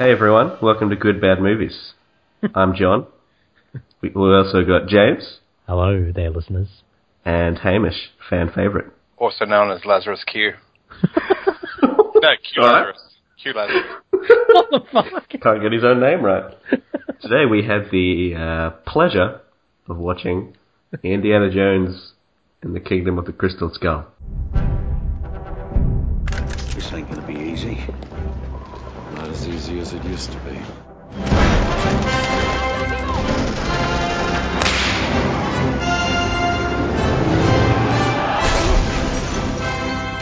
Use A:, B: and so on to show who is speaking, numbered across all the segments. A: everyone. Welcome to Good Bad Movies. I'm John. We we also got James
B: Hello there, listeners.
A: and Hamish, fan favorite.
C: also known as Lazarus Q. no, Q
A: All right.
C: Lazarus. Q Lazarus.
A: Can't get his own name right. Today we had the uh, pleasure of watching Indiana Jones and the Kingdom of the Crystal Skull.
D: This ain't gonna be easy.
E: Not as easy as it used to be.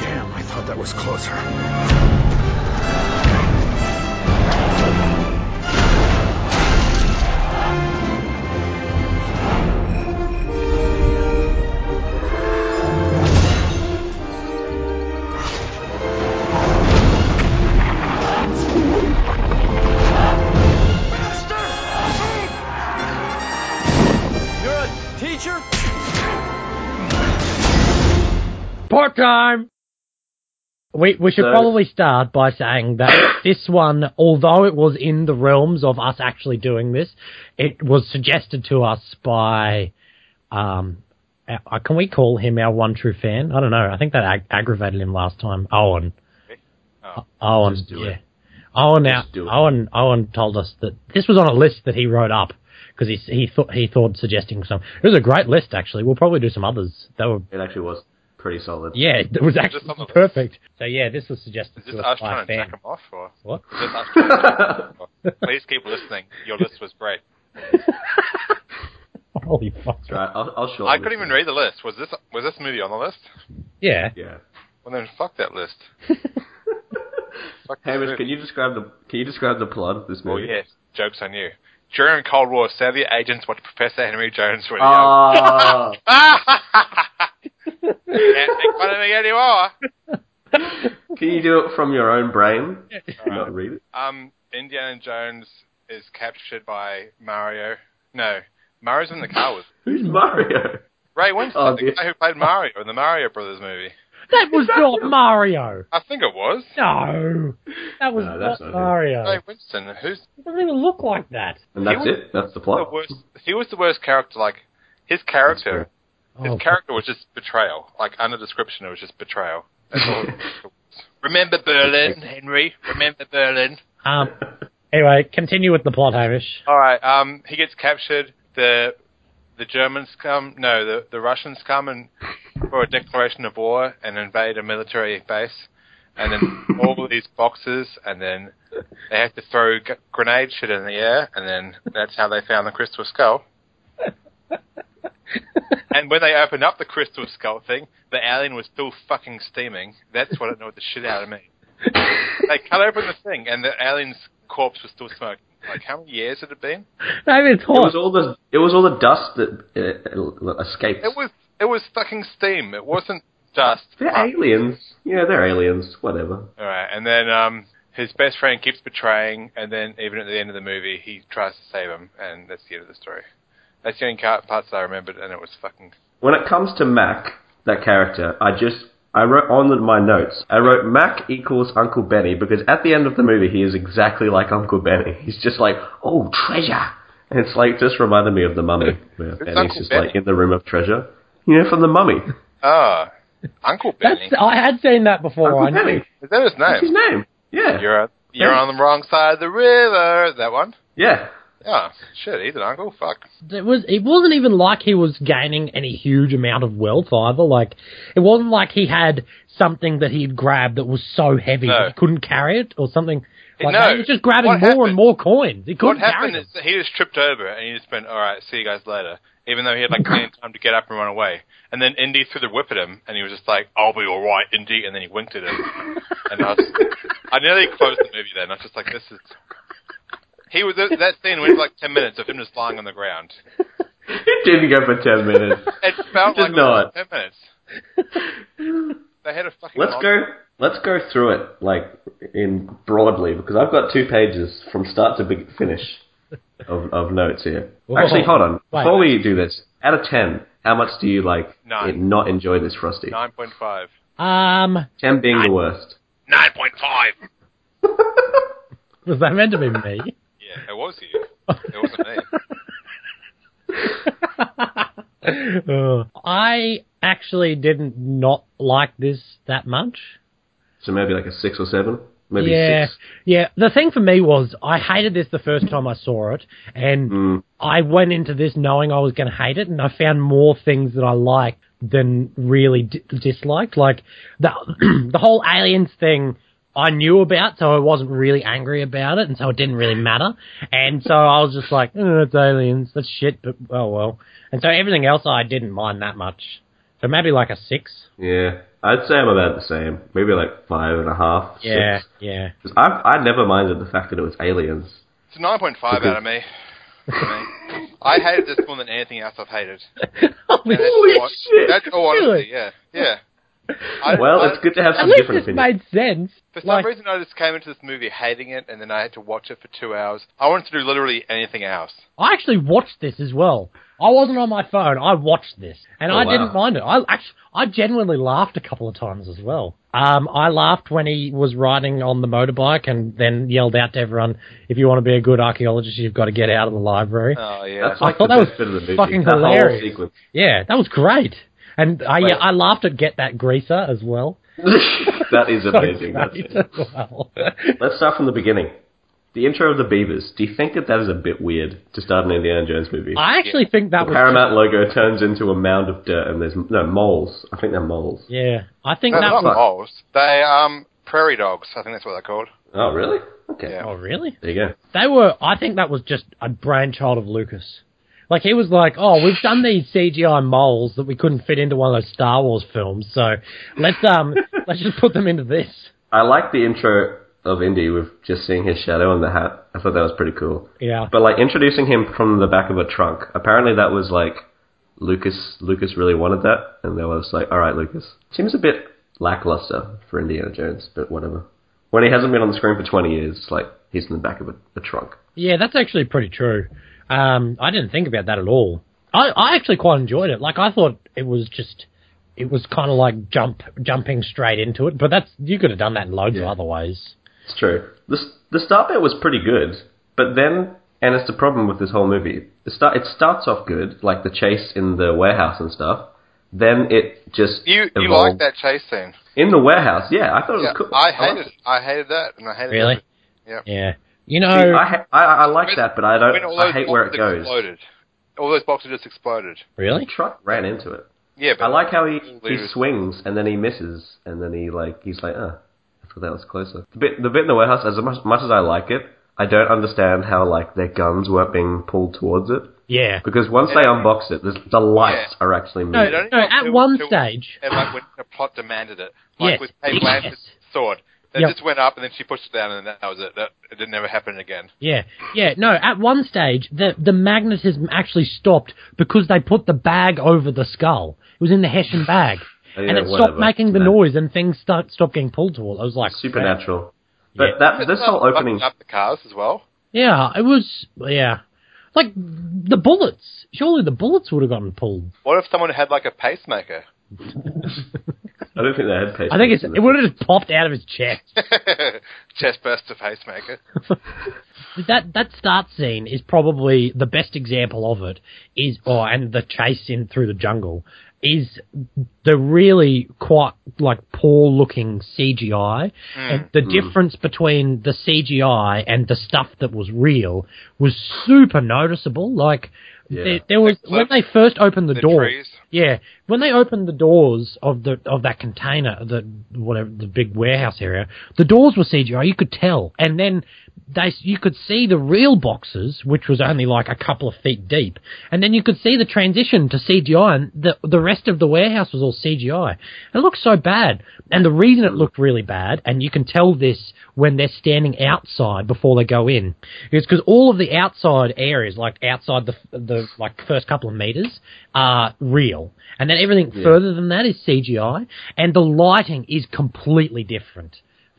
D: Damn, I thought that was closer.
B: Part time. We we should
A: So-
B: probably start by saying that this one, although it was in the realms of us actually doing this, it was suggested to us by, um, uh, can we call him our one true fan? I don't know. I think that ag- aggravated him last time. Owen.
C: Oh.
B: Owen.
A: Just do it.
B: yeah. Owen,
A: Just
B: our-
A: do it.
B: Owen, Owen told us that this was on a list that he wrote up because he he thought he thought suggesting some. It was a great list actually. We'll probably do some others. They were
A: It actually was pretty solid.
B: yeah, it was actually
C: some of us.
B: perfect. So yeah, this was suggested
C: Is this
B: to
C: us
B: us by a
C: trying to
B: fan.
C: jack him off? Or
B: What?
C: Is this us trying to jack him off? Please keep listening. Your list was great.
B: Holy fuck!
A: Right, I'll, I'll shorten
C: I couldn't
A: this
C: even
A: one.
C: read the list. Was this was this movie on the list?
B: Yeah,
A: Yeah.
C: Well then, fuck that list. fuck this
A: Hamish,
C: movie.
A: can you describe the can you describe the plot of this
C: Well,
A: movie?
C: yes. Jokes on you. During Cold War, Soviet agents watched Professor Henry Jones really young.
A: Ah,
C: Can't make fun of me anymore.
A: can you do it from your own brain? Not read it.
C: Um, Indiana Jones is captured by Mario. No, Mario's in the car with
A: Who's Mario?
C: Ray Winston,
A: Oh,
C: the
A: dear.
C: guy who played Mario in the Mario Brothers movie.
B: that was not Mario.
C: I think it was
B: No, that was
A: No,
B: not
A: that's not him.
B: Mario.
C: Ray Winston. Who's
B: He doesn't even look like that.
A: And that's
C: He was-
A: it. That's the
C: the
A: plot.
C: worst? He was the worst character. Like his
A: That's
C: character, his
B: Oh,
C: character was just betrayal. Like under description, it was just betrayal. That's all. it was. Remember Berlin, Henry. Remember Berlin.
B: Um. Anyway, continue with the plot, Hamish.
C: All right. Um, he gets captured. The the Germans come. No, the the Russians come and for a declaration of war and invade a military base, and then all these boxes, and then they have to throw g- grenade shit in the air, and then that's how they found the crystal skull. and when they opened up the crystal skull thing, the alien was still fucking steaming. That's what annoyed the shit out of me. They cut open the thing, and the alien's corpse was still smoking. Like, how many years had it been?
B: David,
A: It was
B: talk.
A: all the it was all the dust that uh, escaped.
C: It was it was fucking steam. It wasn't dust.
A: They're aliens. Yeah, they're aliens. Whatever.
C: All right, and then um, his best friend keeps betraying, and then even at the end of the movie, he tries to save him, and that's the end of the story. That's the only ca- parts I remembered, and it was fucking.
A: When it comes to Mac, that character, I just I wrote on the- my notes. I wrote Mac equals Uncle Benny because at the end of the movie he is exactly like Uncle Benny. He's just like, oh treasure, and it's like just reminded me of the Mummy where Benny's
C: Uncle
A: just
C: Benny?
A: like in the room of treasure. You know, from the Mummy.
C: Ah, Uncle
B: That's,
C: Benny.
B: I had seen that before.
A: Uncle
B: Oh, I knew.
A: Benny.
C: Is that his
A: That's his
C: name?
A: name. Yeah.
C: You're on, you're on the wrong side of the river. That one.
A: yeah.
C: Yeah, shit. He's an uncle. Fuck.
B: It was. It wasn't even like he was gaining any huge amount of wealth either. Like, it wasn't like he had something that he'd grabbed that was so heavy
C: No.
B: that he couldn't carry it or something. Like,
C: No.
B: he was just grabbing
C: What
B: more
C: happened-
B: and more coins. He
C: What
B: couldn't carry
C: happened
B: them.
C: is that he just tripped over, and he just went, "All right, see you guys later." Even though he had like plenty of time to get up and run away, and then Indy threw the whip at him, and he was just like, "I'll be all right, Indy," and then he winked at him, and I was, I nearly closed the movie. Then I was just like, "This is." He was that scene was like ten minutes of him just lying on the ground.
A: It didn't go for ten minutes.
C: It felt
A: Did
C: like it was
A: not.
C: ten minutes. They had a fucking.
A: Let's
C: long-
A: go. Let's go through it like in broadly because I've got two pages from start to be- finish of, of notes here.
B: Whoa.
A: Actually, hold on.
B: Wait.
A: Before we do this, out of ten, how much do you like
C: Nine.
A: it- not enjoy this Frosty?
C: Nine point five.
B: Um,
A: Ten being the worst.
C: Nine point five.
B: Was that meant to be me?
C: Yeah, it was you. It wasn't me.
B: Ugh. Uh, I actually didn't not like this that much.
A: So maybe like a six or seven, maybe
B: yeah,
A: six.
B: yeah. The thing for me was I hated this the first time I saw it, and
C: Mm.
B: I went into this knowing I was going to hate it, and I found more things that I liked than really d- disliked. Like the the whole aliens thing, I knew about, so I wasn't really angry about it, and so it didn't really matter. And so I was just like, oh, it's aliens, that's shit, but oh well. And so everything else I didn't mind that much. So maybe like a six.
A: Yeah, I'd say I'm about the same. Maybe like five and a half.
B: Yeah,
A: six.
B: yeah.
A: 'Cause I I never minded the fact that it was aliens.
C: It's a 9.5 out of me. I mean, I hated this more than anything else I've hated.
B: Holy
C: That's
A: Holy
C: all-
A: shit,
C: That's all
B: really?
C: honesty, yeah. Yeah. I,
A: Well,
C: I-
A: it's good to have
B: At
A: some
B: least
A: different
B: this
A: opinions.
B: made sense.
C: For some
B: Like,
C: reason, I just came into this movie hating it, and then I had to watch it for two hours. I wanted to do literally anything else.
B: I actually watched this as well. I wasn't on my phone. I watched this, and
A: Oh,
B: I
A: wow.
B: didn't mind it. I actually, I genuinely laughed a couple of times as well. Um, I laughed when he was riding on the motorbike and then yelled out to everyone, "If you want to be a good archaeologist, you've got to get out of the library."
A: Uh.
C: Oh yeah.
A: That's like
B: I thought
A: the
B: that
A: best
B: was
A: bit of the movie.
B: fucking
A: that
B: hilarious.
A: Whole sequence.
B: yeah, that was great. And I,
A: Wait.
B: yeah, I laughed at "Get That Greaser" as well.
A: that is
B: So
A: amazing. That's
B: great
A: it.
B: as well.
A: Let's start from the beginning. The intro of the Beavers. Do you think that that is a bit weird to start an Indiana Jones movie?
B: I actually think that was
A: Paramount logo turns into a mound of dirt, and there's no moles. I think they're moles.
B: Yeah, I think that
C: No, they're not
B: was.
C: moles. They um prairie dogs. I think that's what they're called.
A: Oh, really? Okay.
C: Yeah.
B: Oh, really?
A: There you go.
B: They were. I think that was just a brainchild of Lucas. Like he was like, "Oh, we've done these CGI moles that we couldn't fit into one of those Star Wars films, so let's um, let's just put them into this."
A: I like the intro of Indy with just seeing his shadow on the hat. I thought that was pretty cool.
B: Yeah.
A: But like introducing him from the back of a trunk. Apparently that was like Lucas. Lucas really wanted that, and they was like, "All right, Lucas." Seems a bit lackluster for Indiana Jones, but whatever. When he hasn't been on the screen for twenty years, it's like he's in the back of a, a trunk.
B: Yeah, that's actually pretty true. Um, I didn't think about that at all. I, I actually quite enjoyed it. Like I thought it was just, it was kind of like jump jumping straight into it. But that's you could have done that in loads of
A: Yeah.
B: other ways.
A: It's true. The s- the start bit was pretty good, but then and it's the problem with this whole movie. It start it starts off good, like the chase in the warehouse and stuff. Then it just
C: You you
A: evolved.
C: like that chase scene?
A: in the warehouse. Yeah, I thought it
C: Yeah,
A: was cool.
C: I
A: liked
C: hated I hated that, and I hated
B: Really?
C: that. Yeah.
B: Yeah. You
A: See,
B: know,
A: I, ha- I I like that, but I
C: When all
A: don't.
C: those
A: I hate where it
C: boxes
A: goes.
C: Exploded. All those boxes just exploded.
B: really?
A: Truck ran into it.
C: Yeah, but
A: I like how he he
C: Leaders.
A: swings and then he misses and then he like he's like, uh, I thought that was closer. The bit the bit in the warehouse, as much, much as I like it, I don't understand how like their guns weren't being pulled towards it.
B: Yeah.
A: Because once they unbox it, there's, the lights are actually
B: No,
A: moving.
C: don't-
B: no, at
C: Till-
B: one
C: till-
B: stage,
C: and like when the plot demanded it, like
B: Yes.
C: with Kate Blanchett's
B: Yes.
C: sword. It
B: Yep.
C: just went up, and then she pushed it down, and that was it. That, it didn't ever happen again.
B: Yeah, yeah, no. At one stage, the the magnetism actually stopped because they put the bag over the skull. It was in the Hessian bag,
A: Oh, Yeah,
B: and it
A: whatever.
B: stopped making the
A: Yeah.
B: noise, and things start stopped getting pulled toward. I was like,
A: Supernatural.
B: Yeah.
A: But that this
C: Isn't
A: whole
C: that
A: opening,
C: fucking up the cars as well.
B: Yeah, it was. Yeah, like the bullets. Surely the bullets would have gotten pulled.
C: What if someone had like a pacemaker?
A: I don't think they had.
B: I think it's, it would have just popped out of his chest.
C: Chest burst to pacemaker.
B: that that start scene is probably the best example of it is or and the chase in through the jungle is the really quite like poor looking CGI and the difference between the CGI and the stuff that was real was super noticeable like there, there was when they first opened the,
C: The
B: door
C: trees.
B: yeah, when they opened the doors of the of that container, the whatever the big warehouse area, the doors were CGI. You could tell, and then they you could see the real boxes, which was only like a couple of feet deep, and then you could see the transition to CGI, and the the rest of the warehouse was all CGI. It looked so bad, and the reason it looked really bad, and you can tell this when they're standing outside before they go in, is because all of the outside areas, like outside the the like first couple of meters, are real, and then everything further than that is CGI, and the lighting is completely different.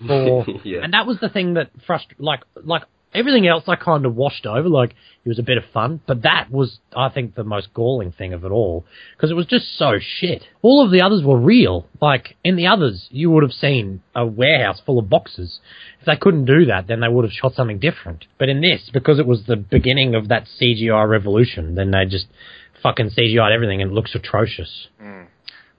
B: For
A: Yeah.
B: and that was the thing that frust like like Everything else I kind of washed over, like it was a bit of fun, but that was, I think, the most galling thing of it all because it was just so shit. All of the others were real. Like in the others, you would have seen a warehouse full of boxes. If they couldn't do that, then they would have shot something different. But in this, because it was the beginning of that CGI revolution, then they just fucking CGI'd everything and it looks atrocious.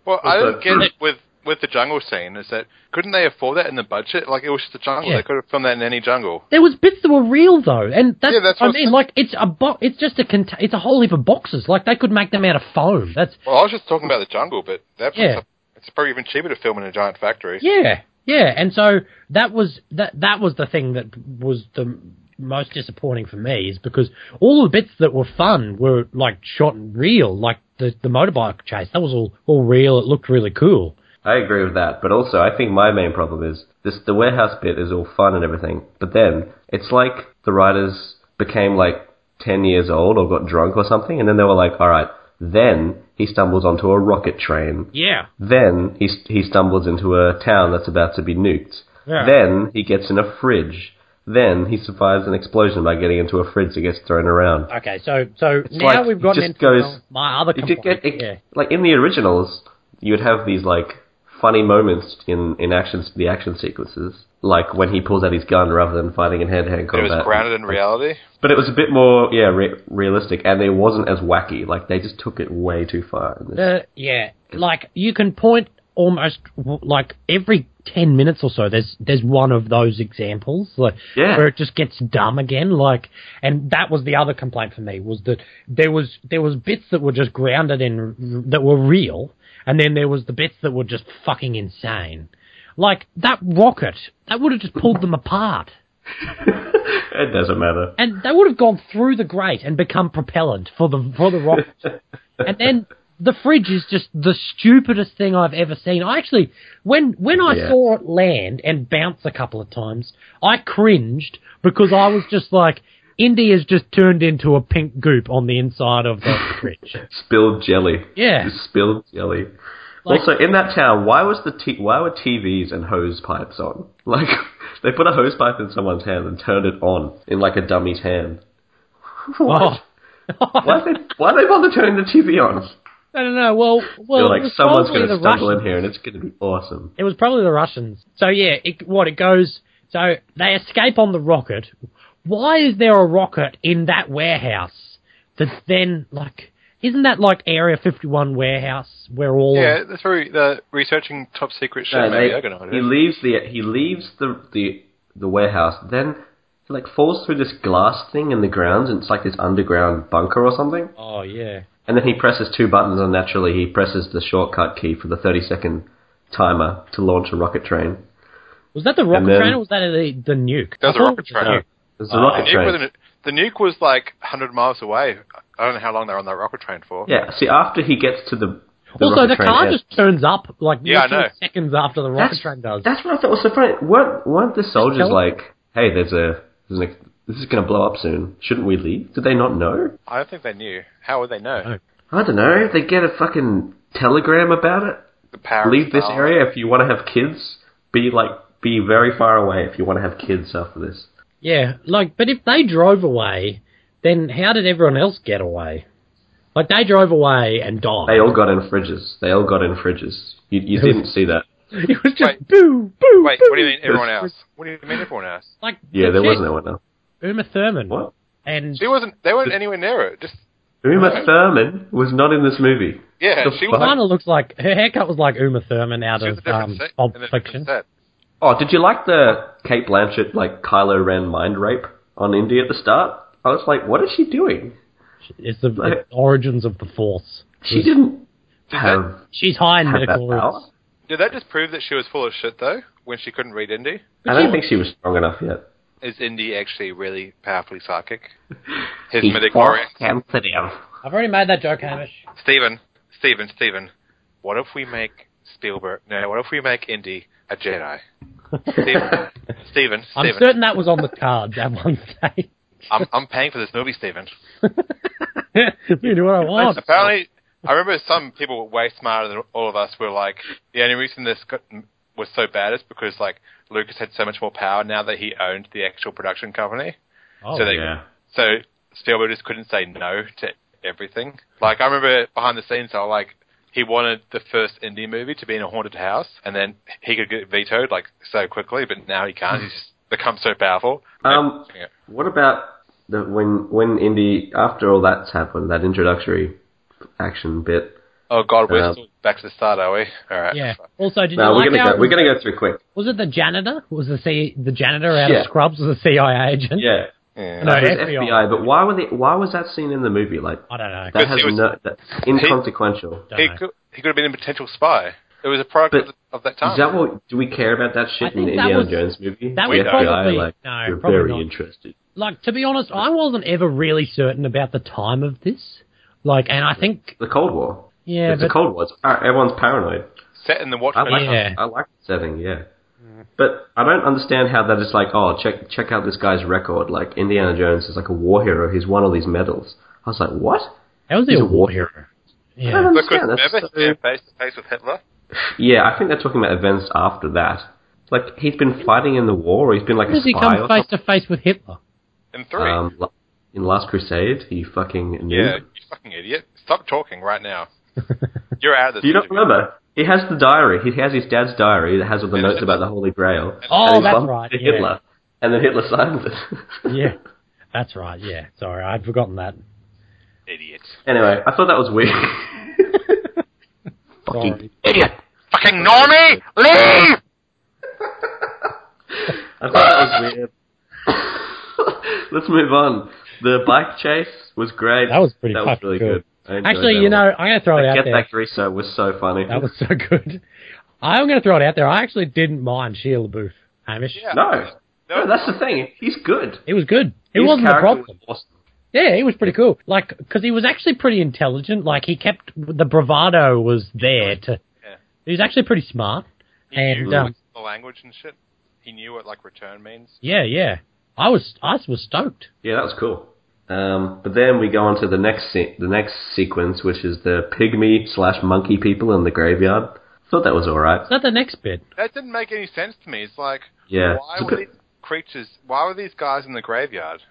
C: Well, I don't get it with with the jungle scene. Is that couldn't they afford that in the budget? Like it was just a jungle.
B: Yeah.
C: They could have filmed that in any jungle.
B: There was bits that were real though, and that's,
C: Yeah, that's
B: I
C: what I'm
B: mean.
C: saying.
B: Like it's a bo- it's just a cont- it's a whole heap of boxes. Like they could make them out of foam. That's
C: Well, I was just talking about the jungle, but that
B: Yeah.
C: it's probably even cheaper to film in a giant factory.
B: yeah, yeah. And so that was that that was the thing that was the most disappointing for me is because all the bits that were fun were like shot and real. Like the the motorbike chase, that was all all real. It looked really cool.
A: I agree with that, but also I think my main problem is this: the warehouse bit is all fun and everything, but then it's like the writers became like ten years old or got drunk or something, and then they were like, "All right." Then he stumbles onto a rocket train.
B: Yeah,
A: Then he st- he stumbles into a town that's about to be nuked.
B: Yeah.
A: Then he gets in a fridge. Then he survives an explosion by getting into a fridge that gets thrown around.
B: Okay, so so now
A: like,
B: we've
A: it
B: gotten
A: just
B: into
A: goes-
B: my other
A: It did
B: complaint.
A: get it,
B: yeah.
A: like in the originals, you'd have these like funny moments in in action the action sequences, like when he pulls out his gun rather than fighting in hand to hand
C: It
A: combat.
C: was grounded in reality.
A: But it was a bit more yeah re- realistic, and it wasn't as wacky. Like they just took it way too far. in this.
B: Uh, yeah, like you can point almost w- like every ten minutes or so. There's there's one of those examples, like
A: Yeah.
B: where it just gets dumb again. Like, and that was the other complaint for me was that there was there was bits that were just grounded in that were real, and then there was the bits that were just fucking insane. Like that rocket, that would have just pulled them apart.
A: It doesn't matter.
B: and they would have gone through the grate and become propellant for the for the rocket. and then the fridge is just the stupidest thing I've ever seen. I actually, when when I
A: Yeah.
B: saw it land and bounce a couple of times, I cringed because I was just like, India's just turned into a pink goop on the inside of the fridge.
A: Spilled jelly.
B: Yeah.
A: Spilled jelly.
B: Like-
A: also, in that town, why was the t- why were TVs and hose pipes on? Like they put a hose pipe in someone's hand and turned it on in like a dummy's hand. What?
B: Oh.
A: Why they why they bother turning the TV on?
B: I don't know. Well, well,
A: You're
B: it
A: like
B: was
A: someone's
B: probably
A: going to
B: the
A: stumble
B: Russians.
A: in here and it's going to be awesome.
B: It was probably the Russians. So yeah, it, what it goes. So they escape on the rocket. Why is there a rocket in that warehouse? That's then like, isn't that like Area Fifty One warehouse where all?
C: Yeah, that's very the researching top secret shit.
A: No,
C: maybe
A: they-
C: I can know what
A: he
C: it is.
A: leaves the he leaves the the the warehouse. Then he like falls through this glass thing in the ground and it's like this underground bunker or something.
B: Oh yeah.
A: And then he presses two buttons, and naturally he presses the shortcut key for the 30 second timer to launch a rocket train.
B: Was that the rocket
A: And then-
B: train or was that the the nuke? I
C: That was a
B: thought
C: rocket
B: it was
C: train.
B: nuke.
A: It's a rocket
C: The nuke
A: train.
C: was, the nuke was like 100 miles away. I don't know how long they were on that rocket train for.
A: Yeah, see, after he gets to the. the
B: also,
A: rocket
B: the
A: train
B: car
A: end-
B: just turns up like
C: Yeah, I
B: literally
C: know.
B: seconds after the rocket
A: That's,
B: train does.
A: that's what I thought was so funny. Weren't, weren't the soldiers
B: tell-
A: like, hey, there's a. There's an, ex- this is going to blow up soon. Shouldn't we leave? Did they not know?
C: I don't think they knew. How would they know?
B: No.
A: I don't know. They get a fucking telegram about it.
C: The power. of
A: Leave this
C: Stalin.
A: area if you want to have kids. Be like, be very far away if you want to have kids after this.
B: Yeah, like, but if they drove away, then how did everyone else get away? Like they drove away and died.
A: They all got in fridges. They all got in fridges. You, you didn't see that.
B: It was just
C: Wait.
B: boo, boo.
C: Wait,
B: boo.
C: what do you mean everyone else? What do you mean everyone else?
B: Like
A: Yeah,
B: the
A: there
B: chick,
A: was no one else.
B: Uma Thurman.
A: What?
B: And
C: She wasn't. They weren't anywhere near it. Just
A: Uma Thurman was not in this movie.
C: yeah,
A: The
C: she
A: fuck?
B: kind
C: was.
B: of looks like her haircut was like Uma Thurman out
C: She was a
B: of
C: different
B: um,
C: set.
B: Pulp
C: in a different
B: Fiction.
C: set.
A: Oh, did you like the Kate Blanchett like Kylo Ren mind rape on Indy at the start? I was like, what is she doing?
B: It's the
A: Like-
B: it's origins of the Force.
A: She didn't have,
B: She's high in
A: have that
B: medical.
A: power.
B: roots.
C: Did that just prove that she was full of shit though? When she couldn't read Indy,
A: I don't think she was strong enough yet.
C: is Indy actually really powerfully psychic? His
A: She's
C: midichlorians.
A: sensitive.
B: I've already made that joke, Hamish.
C: Steven, Steven, Steven, what if we make Spielberg? No, what if we make Indy a Jedi? Steven, Steven,
B: I'm
C: Steven,
B: certain that was on the cards at one stage.
C: I'm, I'm paying for this movie, Steven.
B: you do what I want.
C: Apparently, I remember some people way smarter than all of us were like, the only reason this got, was so bad is because like Lucas had so much more power now that he owned the actual production company.
B: Oh,
C: so they
A: Yeah.
C: so Spielberg just couldn't say no to everything. Like I remember behind the scenes, I like he wanted the first indie movie to be in a haunted house, and then he could get vetoed like so quickly, but now he can't. He's just become so powerful.
A: Um,
C: Yeah.
A: What about the, when when Indy after all that's happened, that introductory action bit?
C: Oh God, we're
A: Uh,
C: still back to the start, are we? All right.
B: Yeah. Also, did
A: No,
B: you
A: we're
B: like
A: gonna
B: how
A: go, we're gonna go through quick.
B: was it the janitor? Was the C, the janitor out
A: Yeah.
B: of Scrubs was a CIA agent?
A: Yeah.
C: Yeah.
B: No,
A: It was
B: FBI.
A: FBI, but why were they, why was that scene in the movie? Like
B: I don't know.
A: that
C: Because
A: has
C: he was-
A: no that's inconsequential.
B: Don't
C: He
B: know.
C: could, he could have been a potential spy. It was a product
A: But
C: of, the- of that
A: Is
C: time.
A: that what do we care about that
B: I
A: shit in
B: think
A: the
B: that
A: Indiana
B: was-
A: Jones movie?
B: that
A: The
B: was
A: FBI,
B: probably-
A: like
B: no,
A: we're
B: probably
A: very
B: not.
A: interested.
B: Like to be honest, I wasn't ever really certain about the time of this. Like, and I think
A: The Cold War.
B: yeah,
A: it's
B: but
A: the Cold War. It's, par- everyone's paranoid.
C: Set in the
A: I
C: Watchmen.
A: like
B: Yeah.
A: I like the setting, yeah. But I don't understand how that is like, oh, check check out this guy's record. Like Indiana Jones is like a war hero. He's won all these medals. I was like, what?
B: how was he
A: He's
B: a
A: a war
B: war hero?
A: I don't
B: Yeah,
C: Look,
A: understand.
C: remember
A: That's
C: he
A: so-
C: stand face to face with Hitler.
A: yeah, I think they're talking about events after that. Like he's been fighting in the war, or he's been like
B: How
A: a
B: does he
A: spy
B: come
A: or
B: face
A: something.
B: to face with Hitler?
C: In three.
A: Um, la- in Last Crusade, he fucking knew.
C: yeah, you fucking idiot. Stop talking right now. You're out of this.
A: Do you not
C: interview.
A: remember? He has the diary. He has his dad's diary that has all the notes about the Holy Grail.
B: Oh,
A: and he
B: that's
A: bumps
B: right,
A: into
B: yeah.
A: Hitler, and then Hitler signs it.
B: Yeah, that's right. Yeah, sorry, I'd forgotten that.
C: Idiot.
A: Anyway, I thought that was weird.
B: Sorry.
C: Idiot. Fucking normie. Leave.
A: I thought that was weird. Let's move on. The bike chase was great.
B: That was pretty
A: That was
B: fucking
A: really good.
B: good.
A: I enjoyed
B: Actually,
A: that
B: you
A: a lot.
B: know, I'm gonna throw it
A: I
B: out
A: get
B: there.
A: that Griso was so funny.
B: That was so good. I'm going to throw it out there. I actually didn't mind Sheila LaBeouf, Hamish.
C: Yeah.
A: no. No, that's the thing. He's good.
B: It was good. It
A: His
B: wasn't a
A: character
B: problem.
A: was awesome.
B: Yeah, he was pretty cool. Like, because he was actually pretty intelligent. Like, he kept the bravado was there. To
C: Yeah.
B: he was actually pretty smart.
C: He knew,
B: And
C: like,
B: um,
C: the language and shit. He knew what like return means.
B: yeah, yeah, I was I was stoked.
A: Yeah, that was cool. Um, but then we go on to the next se- the next sequence, which is the pygmy slash monkey people in the graveyard. Thought that was all right.
B: Is that the next bit?
C: That didn't make any sense to me. It's like,
A: Yeah,
C: why
A: it's a
C: were
A: bit-
C: these creatures? Why were these guys in the graveyard?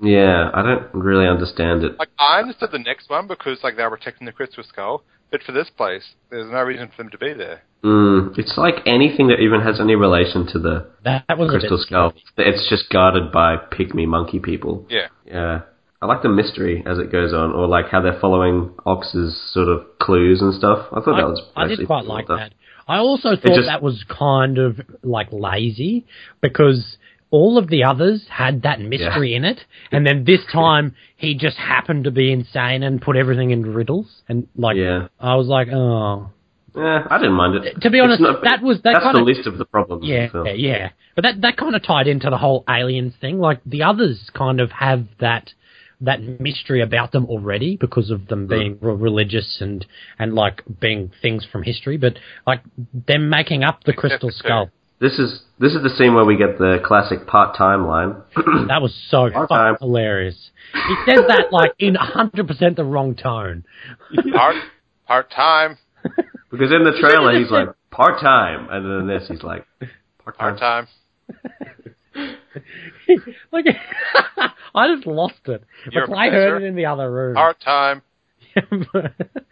A: yeah. I don't really understand it.
C: Like, I understood the next one because like they were protecting the crystal skull, but for this place, there's no reason for them to be there.
A: Mm, it's like anything that even has any relation to the
B: That, that was a
A: crystal
B: bit-
A: skull. It's just guarded by pygmy monkey people.
C: Yeah.
A: Yeah. I like the mystery as it goes on, or like how they're following Ox's sort of clues and stuff. I thought
B: I,
A: that was.
B: I did
A: actually
B: quite
A: cool
B: like
A: stuff.
B: that. I also thought
A: just-
B: that was kind of like lazy because all of the others had that mystery in it, and then this time he just happened to be insane and put everything in riddles. And like,
A: Yeah.
B: I was like, oh,
A: Yeah, I didn't mind it.
B: To be
A: It's
B: honest, that was- that
A: that's
B: kinda-
A: the least of the problems. in the
B: yeah,
A: film.
B: yeah, yeah. But that that kind of tied into the whole aliens thing. Like the others kind of have that that mystery about them already because of them being
C: Hmm.
B: re- religious and and like being things from history. But like them making up the crystal
C: for two.
B: skull.
A: This is this is the scene where we get the classic part time line.
B: That was so
A: Hard
B: fucking
A: time.
B: hilarious. He says that like in 100% the wrong tone.
C: Part part time.
A: Because in the trailer he's like part time, and then in this he's like part
C: Part
A: time.
C: time.
B: Like I just lost it.
C: You're
B: Like,
C: a
B: I heard
C: professor.
B: it in the other room.
C: Part time.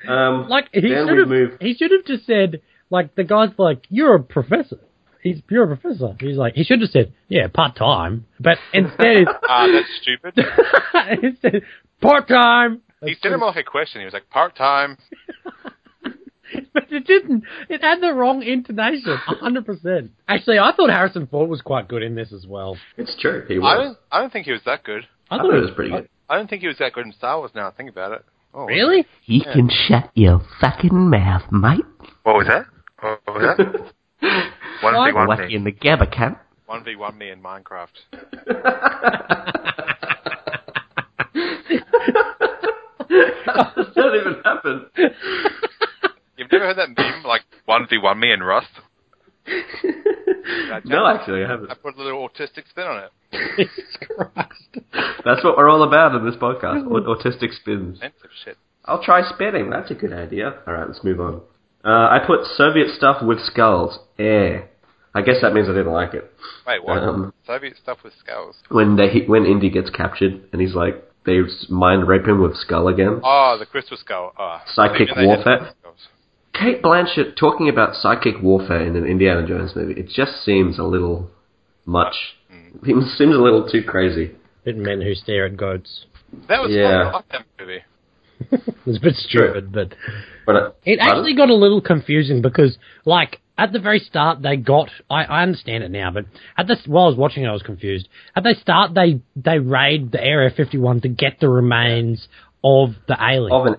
A: Um,
B: like he
A: then
B: should
A: we
B: have
A: move.
B: he should have just said like the guy's like you're a professor. He's you're a professor. He's like he should have said yeah part time, but instead
C: Ah, that's stupid.
B: it's- it said part time.
C: He sent him like a question. He was like, part time.
B: But it didn't. It had the wrong intonation. hundred percent. Actually, I thought Harrison Ford was quite good in this as well.
A: It's true. He
C: I
A: was.
C: don't. I don't think he was that good.
A: I thought it was pretty good.
C: I don't think he was that good in Star Wars. Now I think about it.
A: Uh,
C: Oh,
B: Really?
F: You can shut your fucking mouth, mate.
C: What was that? What was that?
B: Why?
C: One v one
F: Lucky
C: me.
F: in the gabba cunt.
C: One v one me in Minecraft.
A: That didn't even happen.
C: You've never heard that meme like one v one me in Rust? That
A: No,
C: joke?
A: actually, I haven't.
C: I put a little autistic spin on it.
B: Jesus Christ.
A: That's what we're all about in this podcast. aut- Autistic spins.
C: Expensive shit.
A: I'll try spinning. That's a good idea. All right, let's move on. Uh, I put Soviet stuff with skulls. Eh. I guess that means I didn't like it.
C: Wait, what?
A: Um,
C: Soviet stuff with skulls.
A: When they when Indy gets captured and he's like they mind rape him with Skull again.
C: Oh, the crystal skull. Oh.
A: Psychic
C: Even they had
A: warfare?
C: crystal skulls.
A: Kate Blanchett talking about psychic warfare in an Indiana Jones movie. It just seems a little much.
C: Mm.
A: Seems seems a little too crazy.
B: Bit men who stare at goats.
C: That was
A: Yeah.
C: fun. I like that movie.
B: It was a bit stupid, but
A: But I-
B: It
A: Pardon?
B: actually got a little confusing because, like, at the very start, they got. I, I understand it now, but at this, while I was watching, I was confused. At the start, they they raid the Area 51 to get the remains of the alien.
A: of an,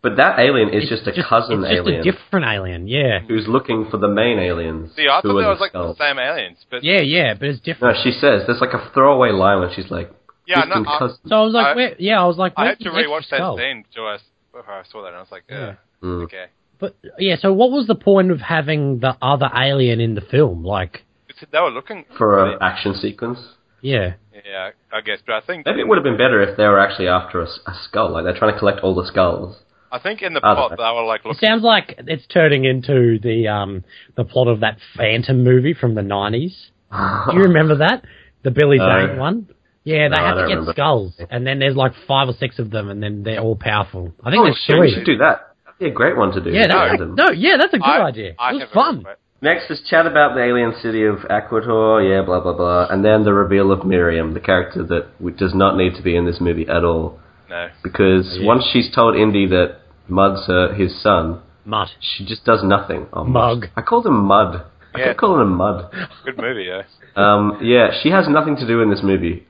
A: but that alien is just a cousin
B: it's just
A: alien
B: a different alien, yeah,
A: who's looking for the main aliens.
C: See, I
A: who
C: thought that
A: are the
C: was like
A: skulls.
C: the same aliens, but
B: yeah, yeah, but it's
A: No,
B: different.
A: she says there's like a throwaway line when she's like,
C: Yeah,
A: distant
C: no, I-
A: cousin.
B: so I was like,
C: I-
B: where, yeah, I was like,
C: I
B: where's
C: had to
B: the extra
C: rewatch that
B: skull?
C: scene before I, s- before I saw that, and I was like, yeah,
A: Mm.
C: okay.
B: But yeah, so what was the point of having the other alien in the film? Like,
C: It's- They were looking
A: for an action sequence.
B: yeah,
C: Yeah, I guess, but I think
A: Maybe it would have been better if they were actually after a, s- a skull. Like they're trying to collect all the skulls.
C: I think in the
A: I don't
C: plot
A: know.
C: they were like
B: It
C: looking.
B: sounds like it's turning into the um the plot of that Phantom movie from the nineties. Do you remember that? The Billy
A: No.
B: Zane one? Yeah, they
A: Uh, No, I
B: have to
A: don't
B: get
A: remember.
B: skulls, and then there's like five or six of them, and then they're all powerful. I think
A: Oh,
B: there's
A: shit, we
B: three.
A: should do that. That'd be a great one to do.
B: Yeah, that's
A: Random.
B: no, yeah, that's a good
C: I-
B: idea.
C: I
B: it was
C: have a-
B: fun.
A: Next is chat about the alien city of Aquator, yeah, blah blah blah, and then the reveal of Miriam, the character that w- does not need to be in this movie at all,
C: No,
A: because once she's told Indy that Mud's her, his son,
B: Mutt.
A: she just does nothing. Oh,
B: Mug.
A: I called him Mud. I
C: Yeah.
A: kept calling him Mud.
C: good movie, yeah.
A: Um, yeah, she has nothing to do in this movie,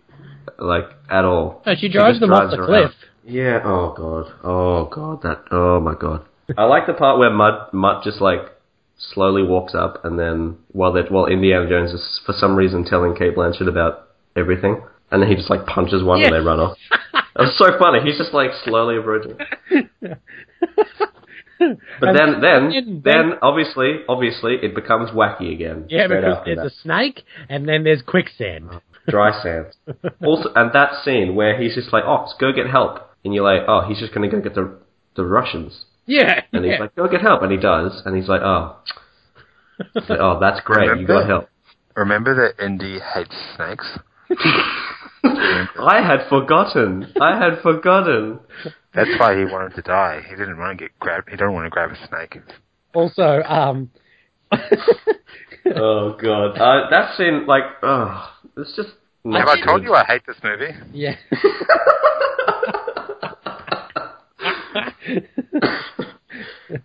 A: like at all.
B: No, she drives
A: just
B: them off
A: drives
B: the
A: around.
B: cliff.
A: Yeah. Oh god. Oh god. That. Oh my god. I like the part where Mud Mutt just like slowly walks up, and then while that while Indiana Jones is for some reason telling Kate Blanchett about everything, and then he just like punches one and
B: Yeah.
A: they run off. It was so funny. He's just like slowly approaching. But then, then,
B: And
A: then, obviously, obviously, it becomes wacky again.
B: Yeah,
A: straight Oh.
B: because
A: after
B: there's
A: that
B: a snake, and then there's quicksand.
A: dry sand. also, and that scene where he's just like, "Oh, go get help," and you're like, "Oh, he's just gonna go get the the Russians,"
B: Yeah,
A: and he's
B: yeah.
A: like, "Go get help," and he does, and he's like, "Oh, It's like, oh, that's great, you got help."
G: Remember that Indy hates snakes?
A: I had forgotten. I had forgotten.
G: That's why he wanted to die. He didn't want to get grabbed. He didn't want to grab a snake.
B: also, um,
A: Oh god, uh, that scene, like, oh, it's just.
G: Have I told you I hate this movie?
B: yeah.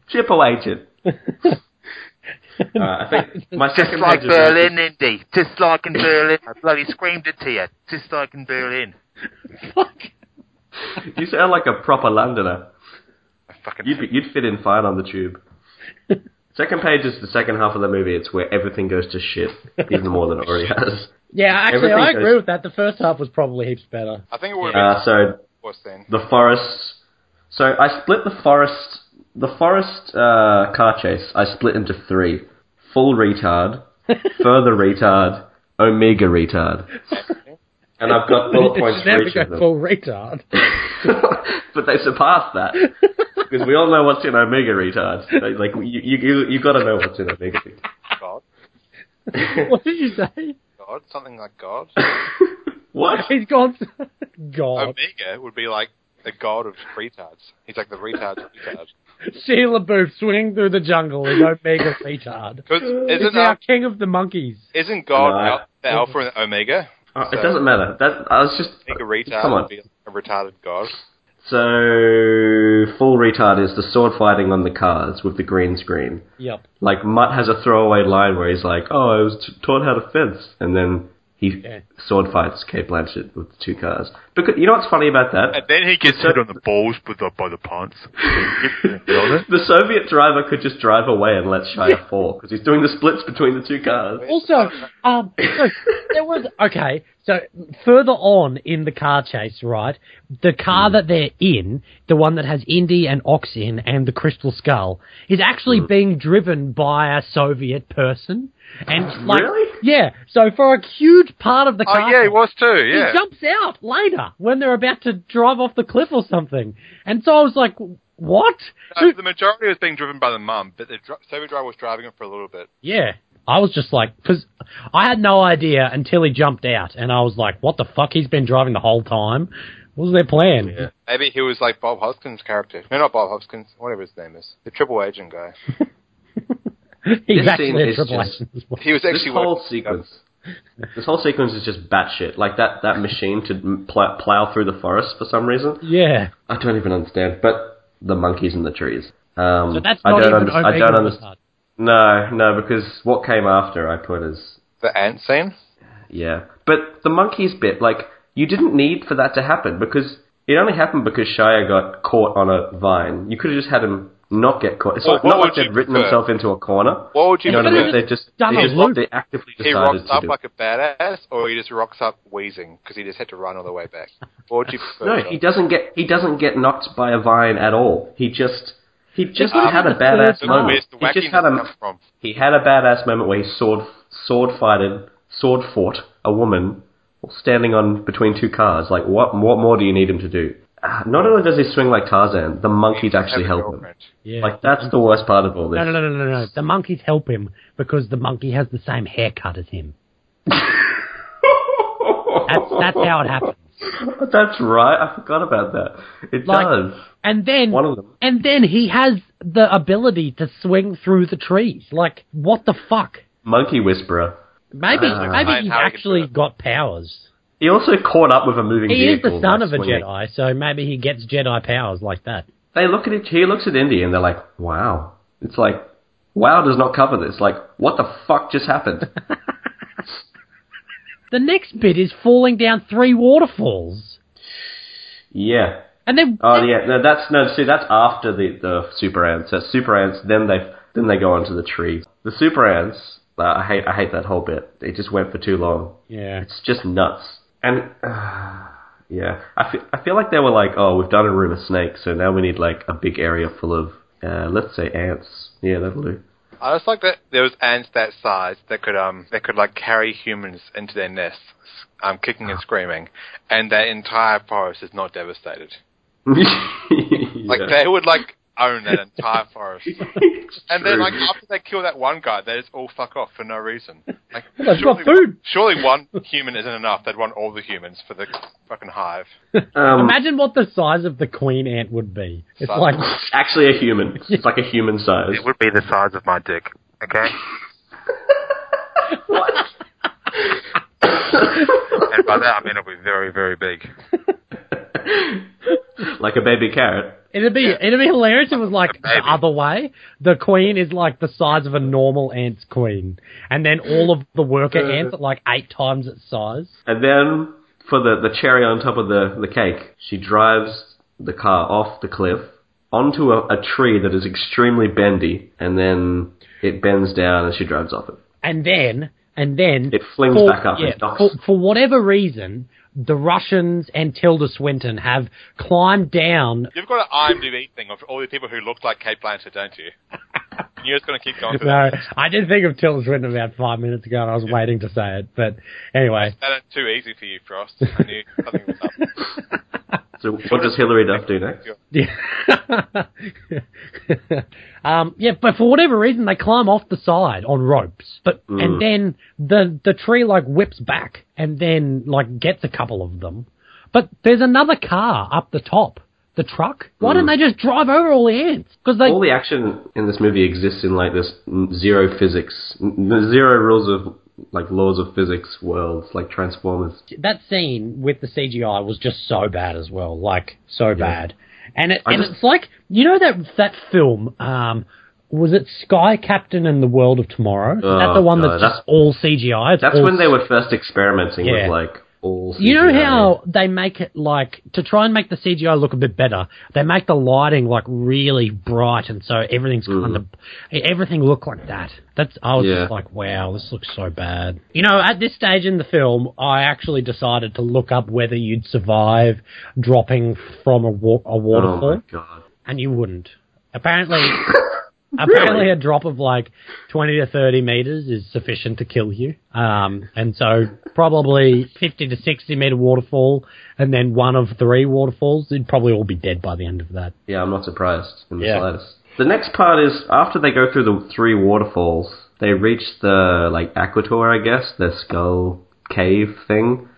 A: Chip away, Jim. Alright, I think my
G: Just
A: second
G: like
A: page is out.
G: Berlin, Indy. Just like in Berlin. I bloody screamed it to you. Just like in Berlin.
A: You sound like a proper Londoner.
G: I fucking
A: You'd, be- you'd fit in fine on the tube. Second page is the second half of the movie. It's where everything goes to shit, even more than it already has.
B: Yeah, actually,
A: Everything
B: I
A: goes-
B: agree with that. The first half was probably heaps better.
C: I think it would have been
A: Uh, so
C: worse then.
A: the forests. So I split the forest. The forest uh, car chase. I split into three: full retard, further retard, omega retard. And I've got bullet points
B: It's
A: for
B: never
A: each of
B: got
A: them.
B: full retard.
A: but they surpassed that because we all know what's in omega retard. They- Like you, you, you, you got to know what's in omega. Retard.
C: God,
B: what did you say?
C: God, something like God.
A: What?
B: He's gone. God,
C: Omega would be like the god of retards. He's like the retard retard.
B: Sheila Booth swinging through the jungle is Omega retard.
C: 'Cause
B: He's
C: isn't
B: now
C: Al-
B: king of the monkeys.
C: isn't God
A: No, I-
C: Al- the Alpha and Omega?
A: Uh,
C: So-
A: it doesn't matter. That I was just
C: I think a retard
A: come on.
C: would be a retarded god.
A: So full retard is the sword fighting on the cars with the green screen.
B: Yep.
A: Like Mutt has a throwaway line where he's like, "Oh, I was t- taught how to fence," and then he
B: Yeah.
A: sword fights Kate Blanchett with the two cars. Because you know what's funny about
C: And
A: that?
C: then he gets
G: hit on the balls with the, by the pants.
A: The Soviet driver could just drive away and let Shia fall because he's doing the splits between the two cars.
B: Also, um, so there was okay. So further on in the car chase, right? The car
C: Hmm.
B: that they're in, the one that has Indy and Ox in, and the Crystal Skull, is actually
C: Hmm.
B: being driven by a Soviet person. And like,
A: Really?
B: yeah. So for a huge part of the
C: Oh
B: car,
C: yeah, he was too.
B: he
C: Yeah,
B: jumps out later when they're about to drive off the cliff or something. And so I was like, what?
A: Uh,
C: Uh, the majority was being driven by the mum, but the dr- Soviet driver was driving it for a little bit.
B: Yeah. I was just like, because I had no idea until he jumped out, and I was like, what the fuck? He's been driving the whole time. What was their plan?
C: Maybe he was like Bob Hoskins' character. No, not Bob Hoskins. Whatever his name is, the triple agent guy.
B: He's
A: This
B: actually
A: scene
B: their
A: is
B: triple
A: just-
B: agent as well.
C: He was
A: This
C: actually
A: whole
C: working-
A: sequence. This whole sequence is just batshit. Like that, that machine to pl- plow through the forest for some reason.
B: Yeah.
A: I don't even understand. But the monkeys in the trees. Um,
B: So that's
A: I
B: not
A: don't
B: even
A: under- I don't
B: Omega
A: understand.
B: Wizard.
A: No, no, because what came after I put as
C: The ant scene.
A: yeah. But the monkeys bit, like you didn't need for that to happen because it only happened because Shia got caught on a vine. You could have just had him not get caught. It's
C: Well,
A: like,
C: what
A: not like
C: would you
A: they'd written
C: prefer?
A: themselves into a corner.
C: What would you?
A: You know what I
C: prefer?
A: mean? They just
B: Done
A: they
B: a
A: just
B: loop.
A: they actively
C: he rocks
A: decided to
C: up
A: do. it.
C: like a badass, or he just rocks up wheezing because he just had to run all the way back. What would you prefer?
A: No, he doesn't get he doesn't get knocked by a vine at all. He just he just
C: Ah,
A: had a
B: but that's
A: badass
B: the
A: moment.
C: Where's the
A: He
C: wackiness
A: just had
C: come
A: a
C: from?
A: he had a badass moment where he sword sword fighted sword fought a woman standing on between two cars. Like what what more do you need him to do? Ah, Not only does he swing like Tarzan, the monkeys actually
C: Have a
A: help him.
C: girlfriend.
B: Yeah.
A: Like that's the worst part of all this.
B: no, no, no, no, no, no. The monkeys help him because the monkey has the same haircut as him. That's, that's how it happens.
A: That's right. I forgot about that. It
B: Like-
A: does.
B: And then,
A: One of them.
B: and then he has the ability to swing through the trees. Like, what the fuck?
A: Monkey Whisperer.
B: Maybe,
A: Ah.
C: I-
B: maybe he's
C: how he can do
B: actually
C: it.
B: got powers.
A: He also caught up with a moving
B: He is
A: vehicle.
B: the son
A: by
B: of a
A: swinging.
B: Jedi, so maybe he gets Jedi powers like that.
A: They look at it. He looks at Indy, and they're like, "Wow." It's like, "Wow" does not cover this. Like, what the fuck just happened?
B: The next bit is falling down three waterfalls,
A: yeah.
B: and then
A: Oh yeah. No, that's no. See, that's after the the super ants. So super ants. Then they then they go onto the tree. The super ants. Uh, I hate I hate that whole bit. It just went for too long.
B: yeah,
A: It's just nuts. And uh, yeah, I feel, I feel like they were like, oh, we've done a room of snakes, so now we need like a big area full of uh, let's say ants. Yeah, that'll do.
C: I just like that there was ants that size that could um that could like carry humans into their nests, um kicking
A: Ah.
C: and screaming, and that entire forest is not devastated. Like
A: Yeah.
C: they would like own that entire forest, and then
A: True.
C: like after they kill that one guy, they just all fuck off for no reason. Like
B: they've got
C: surely,
B: food.
C: surely one human isn't enough. They'd want all the humans for the fucking hive.
A: Um,
B: Imagine what the size of the queen ant would be. It's
C: Size.
B: like
A: actually a human. It's like a human size.
G: It would be the size of my dick. Okay. and by that I mean it'll be very, very big.
A: like a baby carrot.
B: it'd be it'd be hilarious. If it was like the
G: Maybe.
B: other way. The queen is like the size of a normal ant's queen, and then all of the worker
A: Uh.
B: ants are like eight times its size.
A: And then for the, the cherry on top of the, the cake, she drives the car off the cliff onto a, a tree that is extremely bendy, and then it bends down and she drives off it.
B: and then and then
A: It flings back up and knocks-
B: for, for whatever reason, the Russians and Tilda Swinton have climbed down.
C: You've got an IMDb thing of all the people who look like Kate Blanchett, don't you? And you're just gonna keep going. through
B: No,
C: that.
B: Uh, I did think of Tilda Swinton about five minutes ago, and I was waiting to say it. But anyway,
C: That ain't too easy for you, Frost. I knew something was up.
A: So what does Hillary Duff do next?
B: um, yeah, but for whatever reason, they climb off the side on ropes. But
A: Mm.
B: and then the the tree like whips back and then like gets a couple of them. But there's another car up the top, the truck. Why
A: Mm.
B: don't they just drive over all the ants? Because they
A: All the action in this movie exists in like this n- zero physics, n- n- zero rules of like laws of physics worlds, like Transformers.
B: that scene with the CGI was just so bad as well, like so bad. And it,
A: I
B: and
A: just-
B: it's like you know that that film um was it Sky Captain and the World of Tomorrow? Is that
A: Oh,
B: the one
A: God,
B: that's
A: that's-
B: just all CGI? It's
A: That's
B: all
A: when they were first experimenting with
B: Yeah.
A: like all.
B: You know
A: CGI.
B: how they make it like to try and make the CGI look a bit better. They make the lighting like really bright, and so everything's kind of everything look like that. That's I was
A: Mm-hmm. Yeah.
B: just like, wow, this looks so bad. You know, at this stage in the film, I actually decided to look up whether you'd survive dropping from a, wa-
A: Oh
B: a waterfall,
A: my god!
B: and you wouldn't. Apparently, apparently a drop of like 20 to 30 meters is sufficient to kill you. Um, and so probably 50 to 60 meter waterfall and then one of three waterfalls, you'd probably all be dead by the end of that.
A: Yeah, I'm not surprised in the
B: Yeah.
A: slightest. The next part is after they go through the three waterfalls, they reach the like Aquator, I guess, the skull cave thing,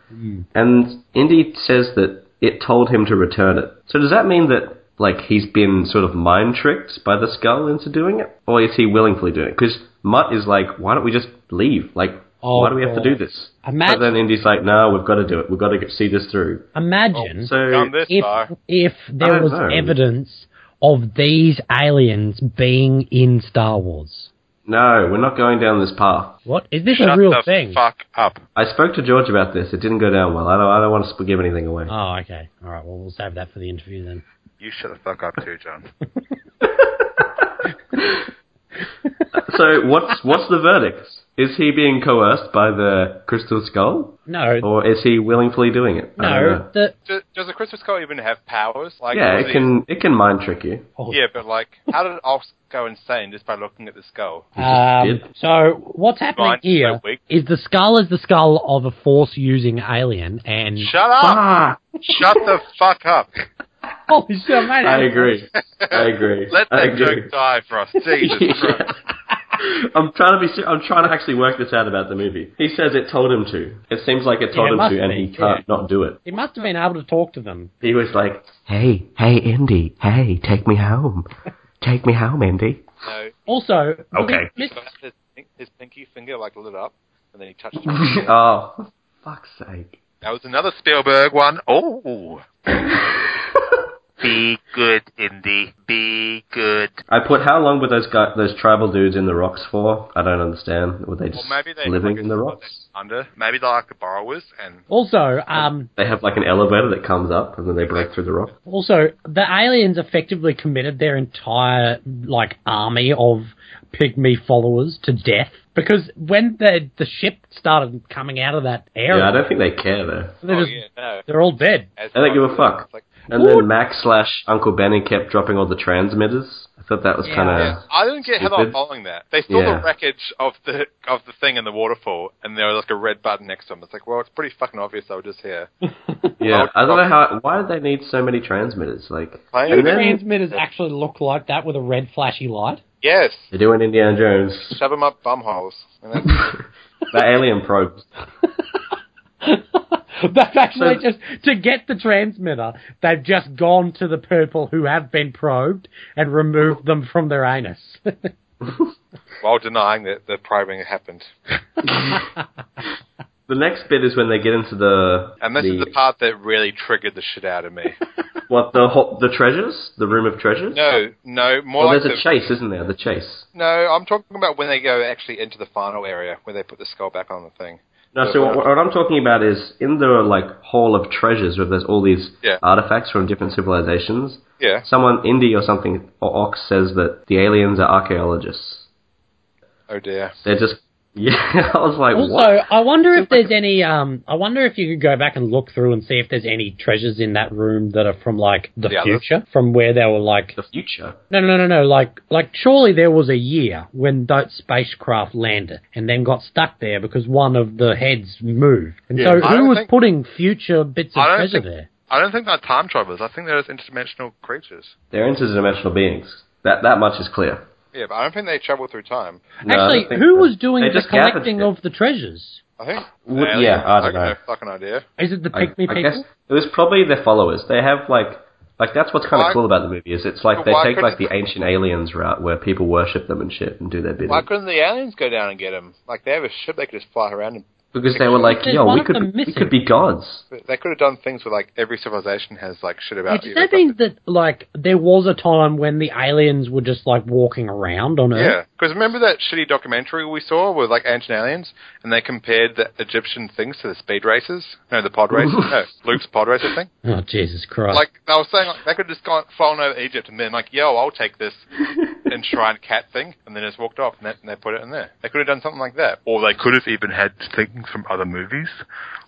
A: and Indy says that it told him to return it. So does that mean that like he's been sort of mind tricked by the skull into doing it, or is he willingly doing it? Because Mutt is like, why don't we just leave? Like,
B: Oh,
A: why do we have
B: God.
A: to do this?
B: Imagine-
A: But then Indy's like, no, we've got to do it. We've got to see this through.
B: Imagine
A: Oh, So
C: Come this far.
B: if if
A: I
B: there
A: don't
B: was
A: know.
B: evidence of these aliens being in Star Wars.
A: no, we're not going down this path.
B: What is this
C: Shut
B: a real
C: the
B: thing?
C: fuck up.
A: I spoke to George about this. It didn't go down well. I don't. I don't want to sp- give anything away.
B: Oh, okay. All right. Well, we'll save that for the interview then.
G: You shut the fuck up too, John.
A: so what's what's the verdict? Is he being coerced by the crystal skull,
B: No,
A: or is he willingly doing it? I don't
B: no.
A: know.
B: The,
C: Does, does the crystal skull even have powers? Like,
A: Yeah,
C: was
A: it can it can mind trick you.
C: Yeah, but like, how did Ox go insane just by looking at the skull?
B: um,
A: did.
B: so what's happening
C: Mine's so
B: here
C: weak.
B: is the skull is the skull of a force using alien, and
G: Mm.
C: Shut up!
A: Ah,
C: Shut the fuck up!
B: holy shit, mate,
A: I agree. I agree.
C: Let
A: I
C: that
A: agree.
C: joke die for us. Jesus Christ.
A: I'm trying to be. ser- I'm trying to actually work this out about the movie. He says it told him to. It seems like it
B: Yeah,
A: told
B: it
A: him
B: must
A: to, and
B: be,
A: he can't not do it.
B: He must have been able to talk to them.
A: He was like,
F: Hey, hey, Indy. Hey, take me home. Take me home, Indy.
C: No,
B: Also,
A: Okay.
B: Miss-
C: his, his pinky finger like lit up, and then he touched. it.
A: "Oh, for fuck's sake."
C: That was another Spielberg one.
G: Oh. Be good, Indy. Be good.
A: I put how long were those guy, those tribal dudes in the rocks for? I don't understand. Were they just
C: Or maybe they
A: living
C: like,
A: in the rocks?
C: under. Maybe they're like the borrowers, and
B: also, um,
A: They have like an elevator that comes up and then they break through the rock.
B: Also, the aliens effectively committed their entire like army of pygmy followers to death because when the the ship started coming out of that area,
A: Yeah, I don't think they care though.
B: they're,
C: oh
B: just-
C: yeah, no.
B: they're all dead.
C: As
A: I don't give a
C: borrowers,
A: fuck.
C: it's Like,
A: And then Max slash Uncle Benny kept dropping all the transmitters. I thought that was kind of
C: yeah, I didn't get how they're
A: stupid.
C: following that. They saw
A: Yeah.
C: the wreckage of the of the thing in the waterfall, and there was like a red button next to them. It's like, well, it's pretty fucking obvious. I was just here.
A: yeah. I don't know how. Why did they need so many transmitters? Like
C: Play
A: and
C: it.
A: then
B: Transmitters actually look like that with a red flashy light.
C: Yes,
A: they're doing Indiana Jones.
C: shove them up bumholes. And that's-
A: the alien probes.
B: They've actually
A: So-
B: just to get the transmitter, they've just gone to the people who have been probed and removed them from their anus.
C: while denying that the probing happened.
A: The next bit is when they get into the
C: And this
A: the,
C: is the part that really triggered the shit out of me.
A: what the ho- the treasures, the room of treasures.
C: No, no, more
A: Well,
C: like
A: there's
C: the,
A: a chase, isn't there? The chase.
C: no. I'm talking about when they go actually into the final area where they put the skull back on the thing.
A: No, so what, what I'm talking about is in the like hall of treasures where there's all these
C: Yeah.
A: artifacts from different civilizations.
C: Yeah.
A: Someone Indy or something or Ox says that the aliens are archaeologists.
C: Oh dear.
A: They're just yeah. I was like,
B: Also,
A: what?
B: I wonder if there's any. Um, I wonder if you could go back and look through and see if there's any treasures in that room that are from like the
C: The others?
B: future, from where they were like.
A: The future.
B: No, no, no, no. Like, like surely there was a year when that spacecraft landed and then got stuck there because one of the heads moved. And so,
C: I
B: who
C: don't
B: was
C: think-
B: putting future bits of
C: I don't
B: treasure
C: think-
B: there?
C: I don't think they're time travelers. I think they're just interdimensional creatures.
A: They're interdimensional beings. That that much is clear.
C: Yeah, but I don't think they travel through time.
A: No, I don't
B: Actually,
A: think so.
B: who was doing
A: They
B: the
A: just gathered
B: collecting
A: it.
B: of the treasures?
C: I think.
A: Would-
C: aliens,
A: yeah, I don't
C: got
A: know.
C: No fucking idea.
B: Is it the
A: I,
B: pygmy
A: I
B: people?
A: guess it was probably their followers. They have like like that's what's kind
C: Why-
A: of cool about the movie is it's like
C: But
A: they
C: why
A: take like
C: couldn't-
A: the ancient aliens route where people worship them and shit and do their bidding
C: Why couldn't the aliens go down and get them? Like they have a ship they could just fly around,
A: because they were like,
B: There's
A: yo,
B: one
A: we
B: of
A: could
B: them
A: we
B: missing.
A: could be gods.
C: and they could have done things where like every civilization has like shit about.
B: Which
C: you.
B: that means that like there was a time when the aliens were just like walking around on Earth.
C: Yeah, because remember that shitty documentary we saw with like ancient aliens, and they compared the Egyptian things to the speed races. No, the pod races. no, Luke's pod racer thing.
B: Oh Jesus Christ!
C: Like they were saying, like, they could have just gone flown over Egypt and been like, "Yo, I'll take this enshrined cat thing," and then just walked off, and, that, and they put it in there. They could have done something like that, or they could have even had things from other movies,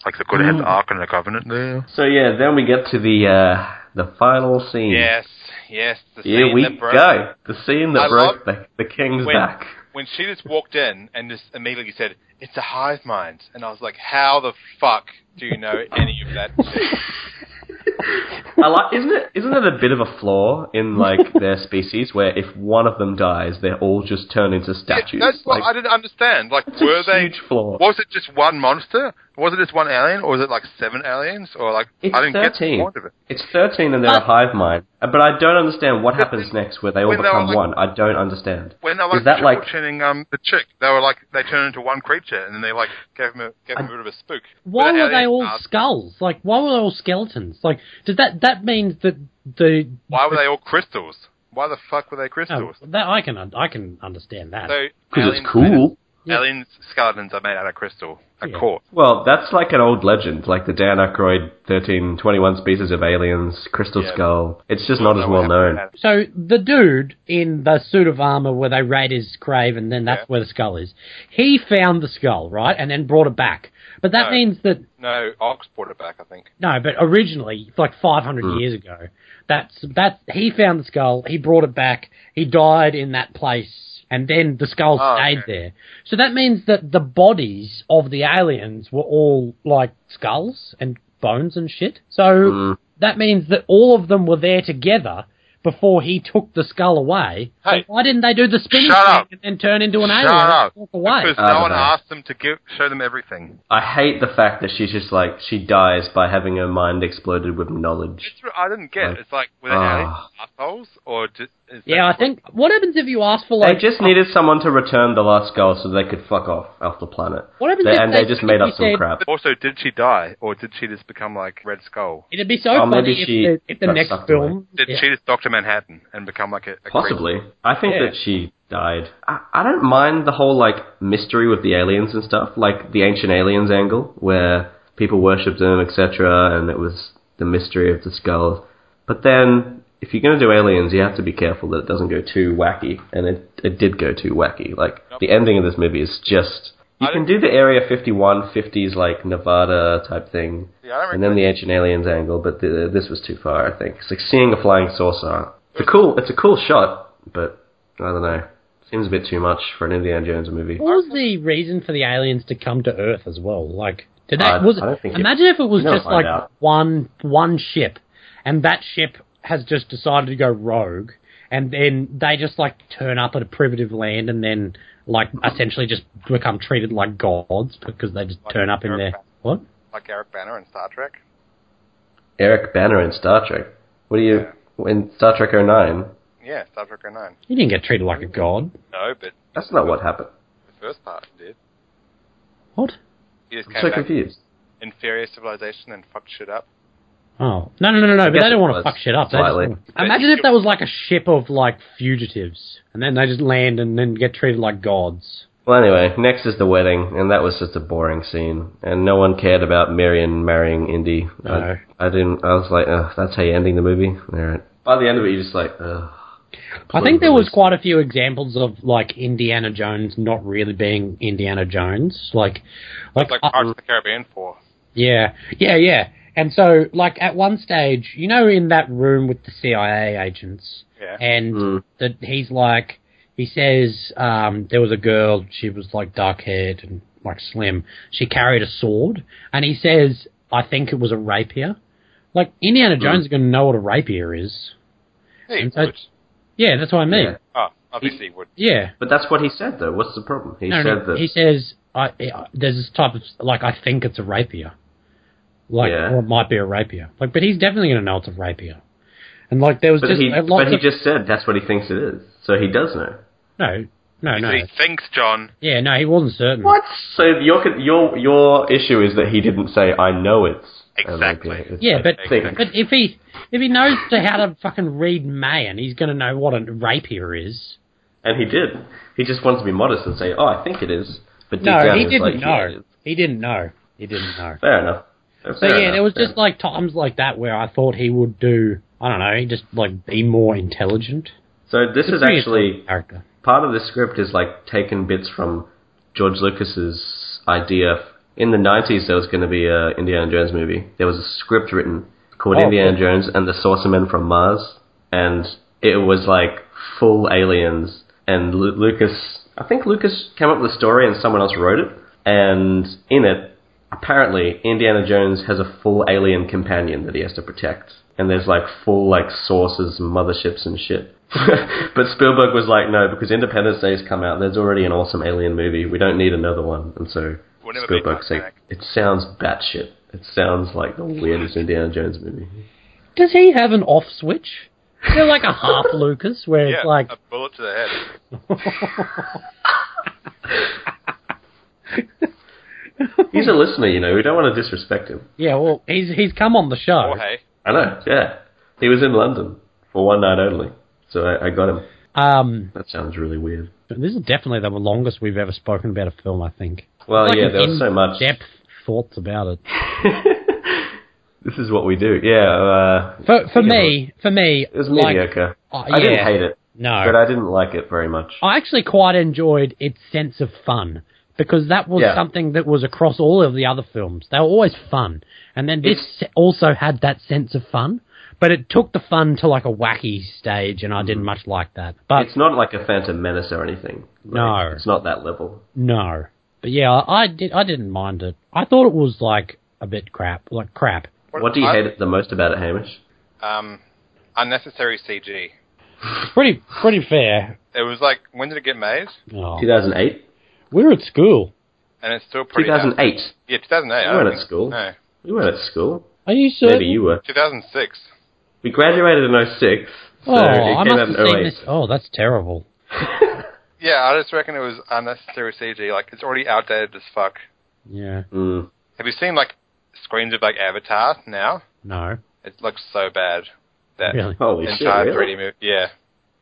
C: like they could
A: Mm.
C: have had the Ark and the Covenant there.
A: So yeah, then we get to the uh, the final scene.
C: Yes, yes. The
A: Here
C: scene
A: we
C: that broke-
A: go. The scene that
C: I
A: broke the, the king's
C: when-
A: back.
C: when she just walked in and just immediately said, "It's a hive mind," and I was like, "How the fuck do you know any of that?" shit?"
A: I like, isn't it? Isn't it a bit of a flaw in like their species where if one of them dies, they all just turn into statues?
C: That's what
A: Like,
C: I didn't understand. Like,
A: a
C: were they?
A: huge flaw.
C: Was it just one monster? Was it just one alien, or was it like seven aliens, or like
A: It's
C: I didn't get the
A: 13.
C: point of it.
A: It's 13 and they're a hive mind. Uh, But I don't understand what happens next where they all
C: when they
A: become
C: were,
A: one.
C: like-
A: I don't understand.
C: When they were
A: Is that like.
C: torturing um, the chick, they were like they turned into one creature, and then they like gave him a, gave him a bit of a spook.
B: Why
C: But
B: were they
C: aliens
B: all
C: aren't.
B: skulls? Like, why were they all skeletons? Like, does that that means that the
C: Why were they all crystals? Why the fuck were they
B: oh,
C: crystals?
B: that I can un- I can understand that.
C: So
A: Because
C: aliens-
A: it's cool.
C: Aliens' skeletons are made out of crystal, a
B: Yeah.
C: core.
A: Well, that's like an old legend, like the Dan Aykroyd 13, 21 species of aliens, crystal
C: Yeah.
A: skull. It's just not as
C: Know what
A: well
C: happened to
A: known.
C: that.
B: So the dude in the suit of armor where they raid his grave, and then that's
C: Yeah.
B: where the skull is. He found the skull, right, and then brought it back. But that
C: No.
B: means that
C: No, Ox brought it back, I think.
B: no, but originally, like 500
C: Hmm.
B: years ago, that's that's he found the skull, he brought it back, he died in that place, and then the skull
C: Oh,
B: stayed
C: okay.
B: there. So that means that the bodies of the aliens were all like skulls and bones and shit. So
C: Hmm.
B: that means that all of them were there together before he took the skull away. So
C: Hey.
B: why didn't they do the spinning
C: Shut
B: thing
C: up.
B: and then turn into an
C: Shut
B: alien
C: up.
B: and walk away?
C: Because
A: I
C: no
A: don't
C: one
A: know.
C: asked them to give show them everything.
A: I hate the fact that she's just like, she dies by having her mind exploded with knowledge.
C: It's, I didn't get.
A: Like,
C: it. it's like were they
A: ah.
C: aliens assholes or just? Is
B: yeah,
C: that-
B: I think. What happens if you ask for
A: They
B: like?
A: just needed someone to return the last skull so they could fuck off off the planet.
B: What happens
A: They-
B: if
A: and
B: they
A: they just made up some
B: said-
A: crap.
C: Also, did she die or did she just become like Red Skull?
B: It'd be so
A: Oh,
B: funny
A: maybe
B: if
A: she
B: the, if the
A: got
B: next
A: sucked
B: film.
C: Did
B: yeah.
C: she just Doctor Manhattan and become like a, a
A: Possibly. I think
B: Yeah.
A: that she died. I, I don't mind the whole like mystery with the aliens and stuff, like the ancient aliens angle where people worshipped them, etc., and it was the mystery of the skull. But then, if you're going to do aliens, you have to be careful that it doesn't go too wacky, and it it did go too wacky. Like the ending of this movie is just. You
C: I
A: can do the Area 51, 50s, like Nevada type thing,
C: Yeah, I don't
A: and then the ancient aliens angle, but the, this was too far, I think. It's like seeing a flying saucer. It's a cool, it's a cool shot, but I don't know. Seems a bit too much for an Indiana Jones movie.
B: What was the reason for the aliens to come to Earth as well? Like, did that
A: I-
B: was?
A: I don't think it-
B: imagine if it was
A: You'll
B: just
A: find
B: like
A: out.
B: one one ship, and that ship has just decided to go rogue, and then they just like turn up at a primitive land, and then like essentially just become treated like gods because they just turn up in
C: Eric
B: their
C: Banner.
B: what?
C: like Eric Banner in Star Trek?
A: Eric Banner in Star Trek. What do you in Star Trek 09?
C: Yeah, Star Trek 09.
B: You didn't get treated like a god.
C: No, but
A: That's not what happened.
C: the first part did.
B: What?
C: He just
A: I'm
C: came
A: so
C: back,
A: confused.
C: inferior civilization, and fucked shit up.
B: Oh no no no no! But
A: guess
B: they don't
A: it
B: want to
A: was,
B: fuck shit up. They just
A: slightly.
B: wanna- Imagine if that was like a ship of like fugitives, and then they just land and then get treated like gods.
A: Well, anyway, next is the wedding, and that was just a boring scene, and no one cared about Marion marrying Indy.
B: No.
A: I, I didn't. I was like, Ugh, that's how you're ending the movie. All right. By the end of it, you're just like, Ugh.
B: I think there was
A: Please.
B: quite a few examples of like Indiana Jones not really being Indiana Jones, like, like,
C: Like
B: uh,
C: Pirates of the Caribbean 4.
B: yeah, yeah, yeah. And so, like at one stage, you know, in that room with the CIA agents,
C: Yeah.
B: and
A: Hmm.
B: that he's like, he says um, there was a girl, she was like dark haired and like slim. She carried a sword, and he says, I think it was a rapier. Like Indiana
A: Hmm.
B: Jones is going to know what a rapier is.
C: Hey,
B: And so- Yeah, that's what I mean.
A: Yeah.
C: Oh, obviously he would.
B: yeah.
A: But that's what he said, though. What's the problem? He
B: no,
A: said
B: no,
A: that.
B: he says I, I- there's this type of like I think it's a rapier, like
A: Yeah.
B: or it might be a rapier, like but he's definitely gonna know it's a rapier, and like there was
A: but
B: just
A: he,
B: a lot
A: but he
B: of
A: just said that's what he thinks it is. So he does know.
B: no, no, no,
C: He thinks, John.
B: yeah, no, he wasn't certain.
A: What? So your con- your your issue is that he didn't say I know it's a
C: Exactly.
A: rapier." It's
B: Yeah,
A: like,
B: but
A: think.
B: but if he if he knows to how to fucking read Mayan, he's gonna know what a rapier is.
A: and he did. He just wanted to be modest and say, "Oh, I think it is." But deep
B: No,
A: down,
B: he
A: was
B: didn't
A: like, "Yeah, it
B: know.
A: is."
B: He didn't know. He didn't know.
A: Fair enough. Fair
B: So yeah,
A: enough.
B: there was
A: Fair
B: just like times like that where I thought he would do I don't know, just like be more intelligent.
A: So this is
B: Pretty
A: actually
B: character.
A: part of the script is like taken bits from George Lucas's idea. In the '90s, there was going to be a Indiana Jones movie. There was a script written called
B: Oh,
A: Indiana
B: cool.
A: Jones and the Sorcerer from Mars, and it was like full aliens. And Lu- Lucas, I think Lucas came up with the story, and someone else wrote it. And in it, apparently Indiana Jones has a full alien companion that he has to protect, and there's like full like sources, and motherships, and shit. but Spielberg was like, no, because Independence Day's come out. There's already an awesome alien movie. We don't need another one. And so
C: We'll never make
A: Spielberg said,
C: Titanic.
A: it sounds batshit. It sounds like the weirdest Indiana Jones movie.
B: Does he have an off switch? Is there like a half Lucas where
C: Yeah,
B: it's like,
C: a bullet to the head.
A: He's a listener, you know. We don't want to disrespect him.
B: yeah, well, he's he's come on the show.
C: Oh, hey.
A: I know. Yeah, he was in London for one night only, so I, I got him.
B: Um,
A: That sounds really weird.
B: this is definitely the longest we've ever spoken about a film. I think.
A: Well,
B: Like
A: Oh, yeah,
B: an
A: there was so much.
B: depth thoughts about it.
A: This is what we do. Yeah, uh,
B: For for
A: think it
B: me, for me,
A: it was
B: like,
A: mediocre.
B: uh,
A: I didn't
B: yeah.
A: hate it,
B: No, Uh,
A: but I didn't like it very much.
B: I actually quite enjoyed its sense of fun because that was
A: Yeah.
B: something that was across all of the other films. They were always fun, and then this se- also had that sense of fun, but it took the fun to like a wacky stage, and I didn't much like that. But
A: Mm-hmm. It's not like a Phantom Menace or anything. Like,
B: No.
A: it's not that level.
B: no, but yeah, I I did. I didn't mind it. I thought it was like a bit crap, like crap.
A: What do you
C: I-
A: hate the most about it, Hamish?
C: Uh, Um, unnecessary CG.
B: Pretty pretty fair.
C: It was like, when did it get made?
B: Oh.
A: 2008.
B: We were at school.
C: And it's still pretty. bad.
A: 2008.
C: Yeah, 2008. I
A: You weren't
C: don't
A: at
C: think-
A: school.
C: No,
A: We weren't at school.
B: Are you certain?
A: Maybe you were.
C: 2006.
A: We graduated in 06, so
B: oh,
A: it
B: I
A: came
B: must
A: out
B: have
A: in
B: seen
A: 08.
B: this. Oh, that's terrible.
C: Yeah, I just reckon it was unnecessary CG. Like, it's already outdated as fuck.
B: Yeah.
A: Mm.
C: Have you seen like screens of like Avatar now?
B: No.
C: It looks so bad. That
B: Really.
A: Holy shit!
C: entire
A: really?
C: 3D movie. Yeah.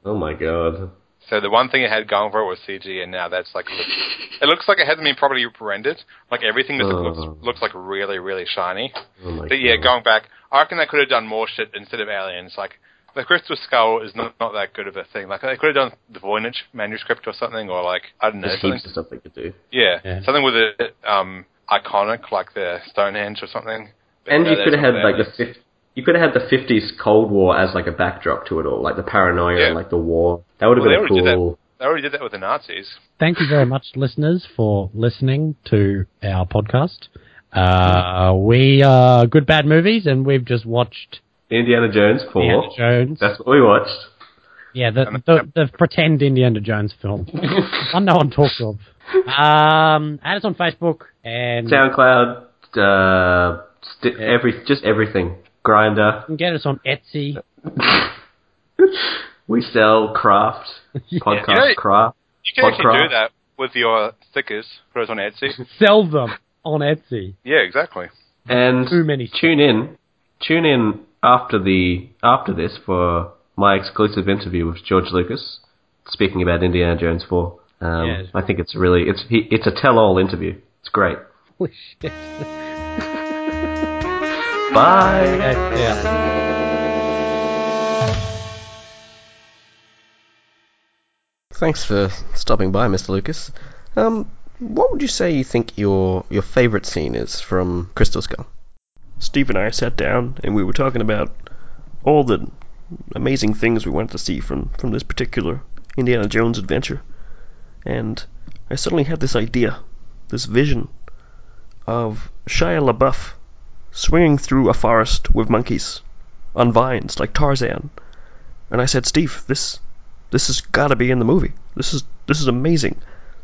A: Oh my god.
C: So the one thing it had going for it was CG, and now that's like it looks like it hasn't been properly rendered. Like everything just
A: Oh.
C: looks looks like really really shiny.
A: Oh my
C: But yeah,
A: god.
C: going back, I reckon they could have done more shit instead of aliens. Like the Crystal Skull is not not that good of a thing. Like they could have done the Voynich manuscript or something, or like I don't know,
A: There's
C: something,
A: heaps of stuff they could do.
C: yeah,
B: Yeah.
C: something with a um iconic like the Stonehenge or something. But
A: And
C: no,
A: you
C: that's
A: could have
C: not
A: had
C: there.
A: like the fif- you could have had the fifties Cold War as like a backdrop to it all, like the paranoia
C: Yeah.
A: and like the war. That would have
C: Well, they
A: been
C: already
A: a
C: did that.
A: cool.
C: They already did that with the Nazis.
B: Thank you very much, listeners, for listening to our podcast. Uh, we are good bad movies, and we've just watched
A: Indiana Jones four.
B: Indiana Jones.
A: Oh, That's what we watched.
B: Yeah, the, the the pretend Indiana Jones film, one no one talks of. Um, add us on Facebook and
A: Hmm.
B: you
A: SoundCloud, uh, st- every just everything. Grinder.
B: can get us on Etsy.
A: We sell craft podcast
C: You know-
A: craft.
C: You can actually do
A: Podcraft.
C: that with your stickers. Put it on Etsy.
B: Sell them on Etsy.
C: yeah, exactly.
A: And
B: Too many.
A: tune in, tune in after the after this for my exclusive interview with George Lucas, speaking about Indiana Jones four. Um,
B: Yeah.
A: I think it's really it's he, it's a tell-all interview. It's great.
B: Holy shit.
A: Bye.
B: Yeah.
F: Thanks for stopping by, Mr. Lucas. Um, what would you say you think your your favorite scene is from Crystal Skull?
H: Steve and I sat down and we were talking about all the amazing things we wanted to see from, from this particular Indiana Jones adventure. And I suddenly had this idea, this vision of Shia LaBeouf swinging through a forest with monkeys on vines like Tarzan. And I said, "Steve, this this has got to be in the movie. This is this is amazing.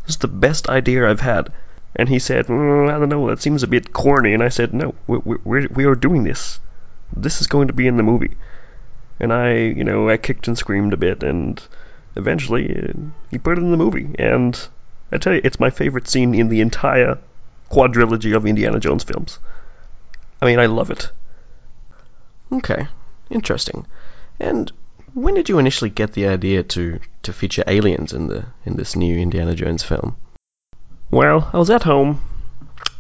H: This is the best idea I've had." And he said, mm, I don't know, that seems a bit corny. And I said, No, we, we, we're- we are doing this. This is going to be in the movie. And I, you know, I kicked and screamed a bit, and eventually uh, he put it in the movie. And I tell you, it's my favorite scene in the entire quadrilogy of Indiana Jones films. I mean, I love it.
F: Okay, interesting. And when did you initially get the idea to to feature aliens in the in this new Indiana Jones film?
H: Well, I was at home.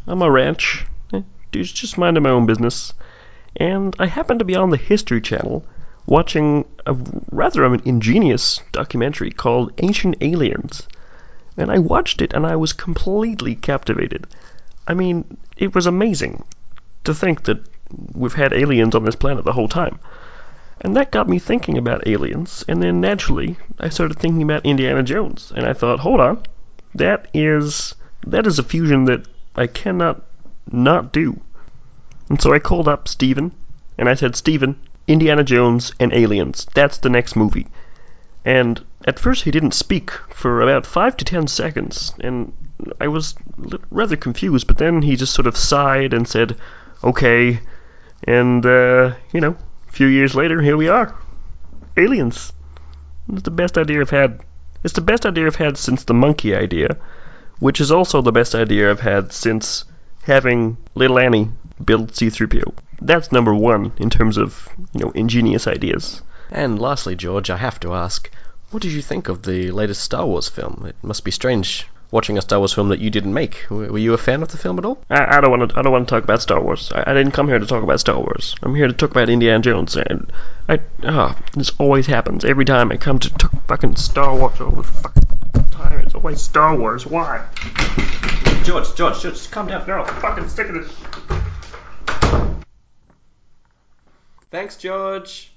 H: I'm a ranch. eh, Just just minding my own business. And I happened to be on the History Channel watching a rather of an ingenious documentary called Ancient Aliens. And I watched it and I was completely captivated. I mean, it was amazing to think that we've had aliens on this planet the whole time. And that got me thinking about aliens, and then naturally I started thinking about Indiana Jones. And I thought, hold on, that is that is a fusion that I cannot not do. And so I called up Steven and I said, Steven, Indiana Jones and Aliens. That's the next movie. And at first he didn't speak for about five to ten seconds, and I was li- rather confused, but then he just sort of sighed and said, okay. And, uh, you know, a few years later, here we are. Aliens. It's the best idea I've had. It's the best idea I've had since the monkey idea, which is also the best idea I've had since having Little Annie build C3PO. That's number one in terms of, you know, ingenious ideas.
F: And lastly, George, I have to ask, what did you think of the latest Star Wars film? It must be strange watching a Star Wars film that you didn't make. W- Were you a fan of the film at all?
H: I, I don't want to. I don't want to talk about Star Wars. I, I didn't come here to talk about Star Wars. I'm here to talk about Indiana Jones. And I, ah, this always happens every time I come to talk fucking Star Wars all the fucking time. It's always Star Wars. Why?
F: George, George, George, calm down.
H: No, fucking sick of this.
F: Thanks, George.